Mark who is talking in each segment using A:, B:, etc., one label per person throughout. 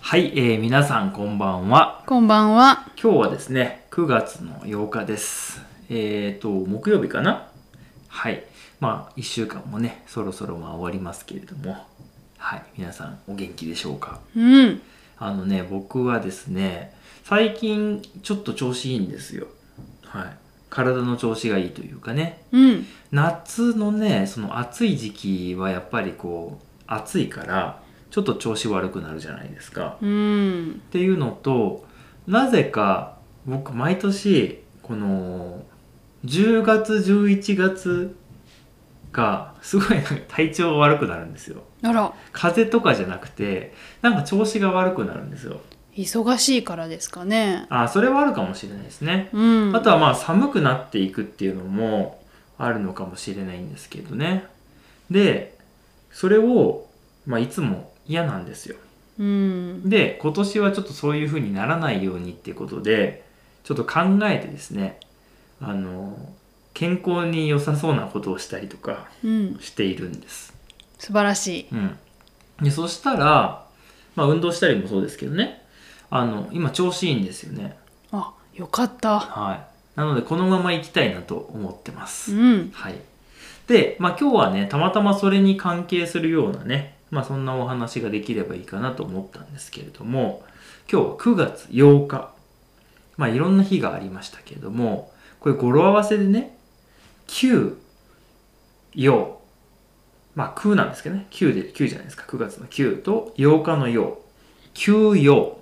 A: はい、えー皆さんこんばんは。
B: こんばんは。
A: 今日はですね、9月の8日です。えっ、と、木曜日かなはい。まあ、1週間もね、そろそろまあ終わりますけれども、はい。皆さんお元気でしょうか
B: うん。
A: あのね、僕はですね、最近ちょっと調子いいんですよ。はい。体の調子がいいというかね。
B: うん。
A: 夏のねその暑い時期はやっぱりこう暑いからちょっと調子悪くなるじゃないですか。
B: うん
A: っ。ていうのとなぜか僕毎年この10月11月がすごいなんか体調悪くなるんですよ。
B: あら、
A: 風邪とかじゃなくてなんか調子が悪くなるんですよ。
B: 忙しいからですかね。
A: あそれはあるかもしれないですね。
B: うん。
A: あとはまあ寒くなっていくっていうのもあるのかもしれないんですけどね。で、それを、まあ、いつも嫌なんですよ。
B: うん。
A: で、今年はちょっとそういう風にならないようにっていうことで、ちょっと考えてですね、あの、健康に良さそうなことをしたりとか
B: うん。
A: しているんです。
B: 素晴らし
A: うん。で、そしたら、まあ運動したりもそうですけどね、あの、今調子いいんですよね。
B: い。あ、よかった。
A: はい。なので、このまま行きたいなと思ってます
B: う。ん。
A: はい。で、まあ、今日はね、たまたまそれに関係するようなね、まあ、そんなお話ができればいいかなと思ったんですけれども、今日は9月8日。まあ、いろんな日がありましたけれども、これ語呂合わせでね、9、8。まあ、9なんですけどね、9で、9じゃないですか、9月の9と8日の8。休養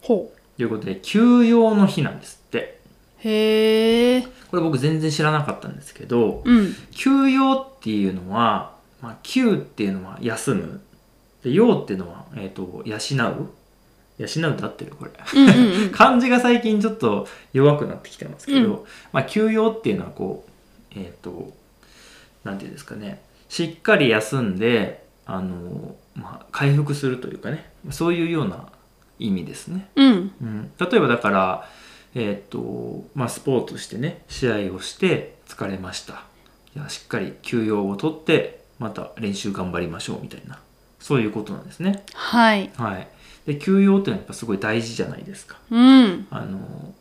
B: ほ
A: ということで、休養の日なんですって。
B: う。へえ。
A: これ僕全然知らなかったんですけど、
B: うん。
A: 休養っていうのは、まあ、休っていうのは休む。で、養っていうのは、えっ、と、養う養うと合ってるこれ。
B: うんうんうん。
A: 漢字が最近ちょっと弱くなってきてますけど、まあ、休養っていうのはこう、えっ、と、なんていうんですかね、しっかり休んで、あの、まあ、回復するというかね、そういうような意味ですね。
B: うん。
A: うん、例えばだから、えーっとまあ、スポーツしてね試合をして疲れましたいやしっかり休養をとってまた練習頑張りましょうみたいなそういうことなんですね、
B: はい。
A: はい、で休養っていうのはやっぱすごい大事じゃないですか
B: うん。
A: あの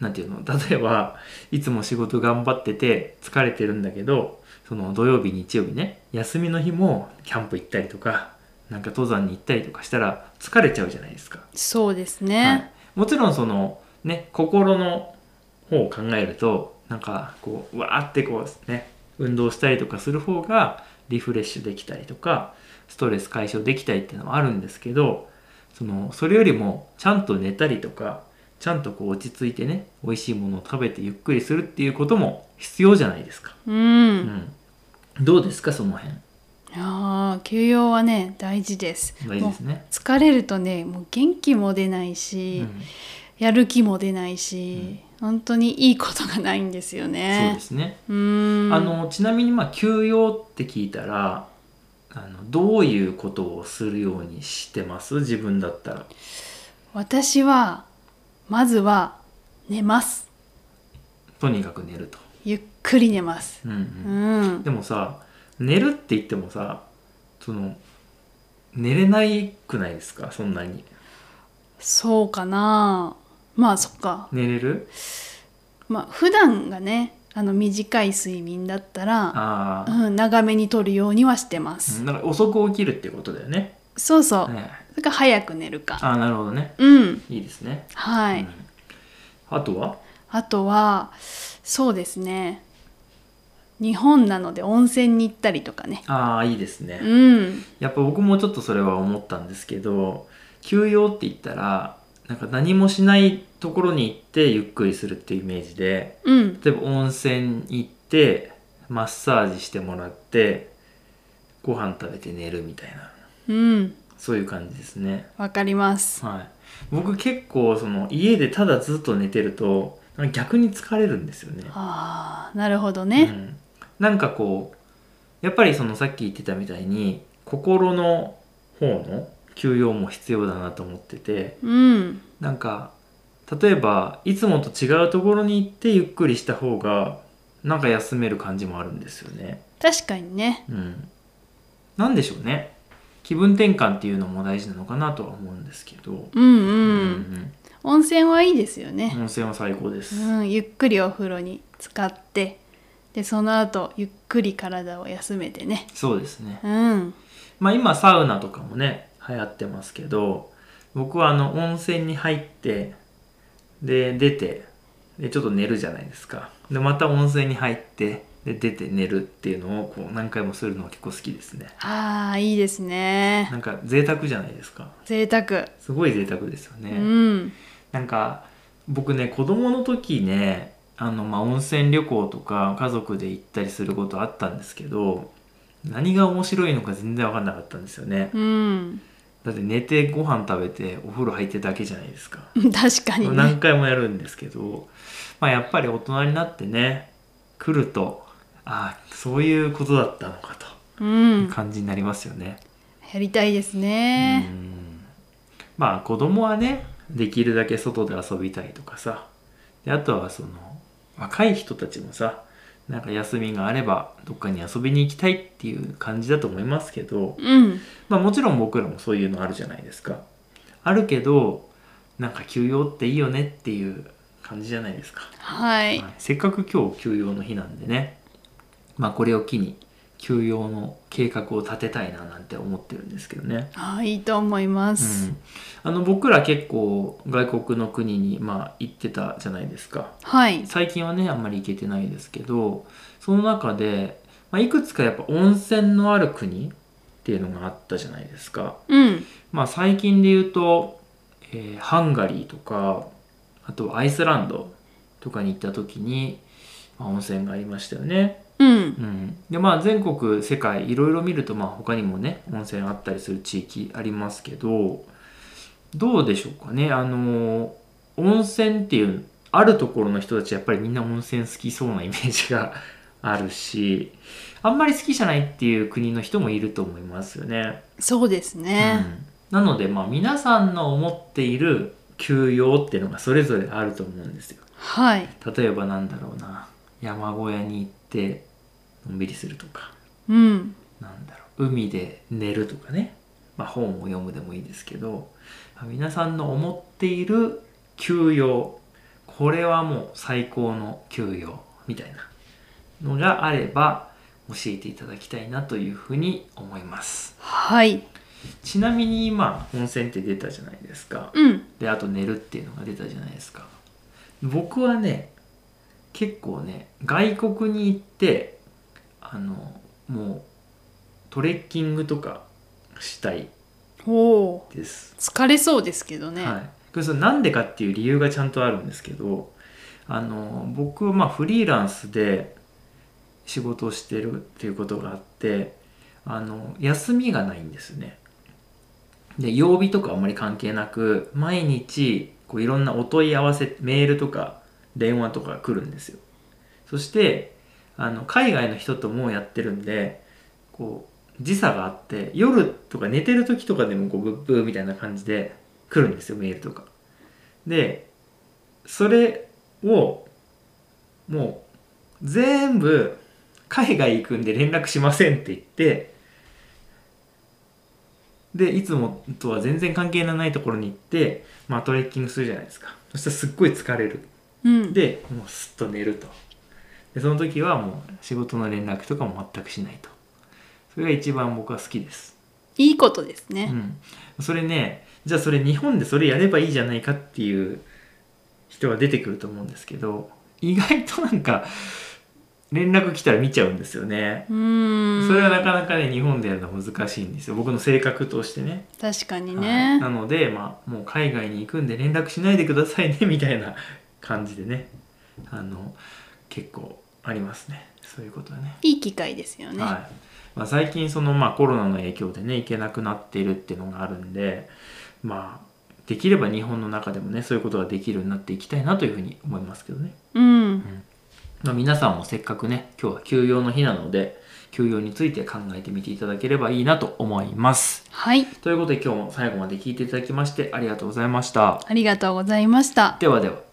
A: なんていうの例えばいつも仕事頑張ってて疲れてるんだけどその土曜日日曜日ね休みの日もキャンプ行ったりとかなんか登山に行ったりとかしたら疲れちゃうじゃないですか
B: そうです
A: はい
B: ね。、
A: もちろんそのね心の方を考えるとなんかこううわーってこうね運動したりとかする方がリフレッシュできたりとかストレス解消できたりっていうのはあるんですけどそのそれよりもちゃんと寝たりとかちゃんとこう落ち着いてね美味しいものを食べてゆっくりするっていうことも必要じゃないですか、
B: う。
A: うんん、どうですかその辺
B: ああ、休養はね、大事です。
A: 大事ですね、
B: もう疲れるとね、もう元気も出ないうし、
A: ん、
B: やる気も出ないし、本当にいいことがないんですよ
A: そう
B: ね
A: で。すね
B: うーん
A: あのちなみにまあ休養って聞いたらあのどういうことをするようにしてます自分だったら
B: 私はまずは寝ます
A: とにかく寝ると、
B: ゆっくり寝ます
A: うん
B: う
A: うん
B: ん
A: でもさ寝るって言ってもさその寝れないくないですかそんなに
B: そうかなまあそっか
A: 寝れる
B: まあ普段がねあの短い睡眠だったら、
A: ああ、
B: うん、長めにとるようにはしてます、
A: うんだから遅く起きるってことだよね、
B: そうそう、
A: ね
B: それから早く寝るか
A: ああなるほどね
B: うん
A: いいですね、
B: はい、
A: うんあとは
B: あとはそうですね日本なので温泉に行ったりとかね
A: ああいいですね、
B: うん
A: やっぱ僕もちょっとそれは思ったんですけど休養って言ったらなんか何もしないところに行ってゆっくりするっていうイメージで
B: うん
A: 例えば温泉行ってマッサージしてもらってご飯食べて寝るみたいな
B: うん
A: そういう感じですね
B: わかります
A: はい僕結構その家でただずっと寝てるとなんか逆に疲れるんですよね
B: ああなるほど
A: う
B: ね
A: ん、なんかこうやっぱりそのさっき言ってたみたいに心の方の休養も必要だなと思ってて
B: うん
A: なんか例えばいつもと違うところに行ってゆっくりした方がなんか休める感じもあるんですよね。
B: 確かにね
A: うん、なんでしょうね。気分転換っていうのも大事なのかなとは思うんですけど、
B: うんう。
A: うん
B: 温泉はいいですよね。
A: 温泉は最高です、
B: うん、ゆっくりお風呂に浸かって、でその後ゆっくり体を休めてね。
A: そうですね
B: うん。
A: まあ今サウナとかもね流行ってますけど僕はあの温泉に入ってで出てでちょっと寝るじゃないですかでまた温泉に入ってで出て寝るっていうのをこう何回もするのは結構好きですね
B: ああいいですね。
A: なんか贅沢じゃないですか
B: 贅沢。
A: すごい贅沢ですよね、
B: うん。
A: なんか僕ね子供の時ねあのまあ温泉旅行とか家族で行ったりすることあったんですけど何が面白いのか全然分かんなかったんですよね
B: うん。
A: だって寝てご飯食べてお風呂入ってだけじゃないですか
B: 確かにね
A: 何。回もやるんですけど、まあ、やっぱり大人になってね来るとああそういうことだったのか
B: う
A: とい
B: ん
A: う。感じになりますよね、
B: やりたいです
A: う
B: ね。
A: んまあ子供はねできるだけ外で遊びたいとかさであとはその若い人たちもさなんか休みがあればどっかに遊びに行きたいっていう感じだと思いますけど、
B: うん。
A: まあもちろん僕らもそういうのあるじゃないですか。あるけど、なんか休養っていいよねっていう感じじゃないですか。
B: はい
A: は。いせっかく今日休養の日なんでね、まあこれを機に休養の計画を立てたいななんて思ってるんですけどね。
B: あーいいと思いま
A: う
B: す。
A: ん、あの僕ら結構外国の国にまあ行ってたじゃないですか。
B: はい。
A: 最近はねあんまり行けてないですけどその中で、まあ、いくつかやっぱ温泉のある国っていうのがあったじゃないですか。
B: うん。
A: まあ、最近で言うと、えーハンガリーとかあとアイスランドとかに行った時に、まあ温泉がありましたよね。
B: うん。
A: うん、でまあ全国世界いろいろ見ると、まあ、他にもね温泉あったりする地域ありますけどどうでしょうかねあのー温泉っていうあるところの人たちやっぱりみんな温泉好きそうなイメージが あるしあんまり好きじゃないっていう国の人もいると思いますよね。
B: そうですね。
A: なので、まあ、皆さんの思っている休養っていうのがそれぞれあると思うんですよ
B: はい。
A: 例えばなんだろうな山小屋に行ってのんびりするとか
B: うん。
A: なんだろう海で寝るとかね、まあ、本を読むでもいいですけど、まあ皆さんの思っている休養これはもう最高の休養みたいなのがあれば教えていただきたいなというふうに思います。
B: はい。
A: ちなみに今温泉って出たじゃないですか
B: うん。
A: であと寝るっていうのが出たじゃないですか僕はね結構ね外国に行ってあのもうトレッキングとかしたい
B: おお
A: です、
B: ー。疲れそうですけどね。
A: はいこれそれなんでかっていう理由がちゃんとあるんですけどあの僕はまあフリーランスで仕事をしてるっていうことがあってあの休みがないんですねで曜日とかあんまり関係なく毎日こういろんなお問い合わせメールとか電話とか来るんですよそしてあの海外の人ともやってるんでこう時差があって夜とか寝てる時とかでもこうブッブーみたいな感じで来るんですよメールとかでそれをもう全部海外行くんで連絡しませんって言ってでいつもとは全然関係のないところに行って、まあ、トレッキングするじゃないですかそしたらすっごい疲れる
B: うん。
A: でもうすっと寝るとでその時はもう仕事の連絡とかも全くしないとそれが一番僕は好きです
B: いいことです
A: う
B: ね。
A: ん、それねじゃあそれ日本でそれやればいいじゃないかっていう人は出てくると思うんですけど意外となんか連絡来たら見ちゃうんですよね
B: うーん。
A: それはなかなかね日本でやるのは難しいんですよ僕の性格としてね
B: 確かに
A: はい
B: ね。
A: なので、まあ、もう海外に行くんで連絡しないでくださいね みたいな感じでねあの結構ありますねそういうことはね
B: いい機会ですよね。
A: はいまあ、最近そのまあコロナの影響でね行けなくなっているっていうのがあるんでまあできれば日本の中でもねそういうことができるようになっていきたいなというふうに思いますけどね、
B: うん。
A: まあ、皆さんもせっかくね今日は休養の日なので休養について考えてみていただければいいなと思います
B: はい。
A: ということで今日も最後まで聞いていただきましてありがとうございました
B: ありがとうございました。
A: ではでは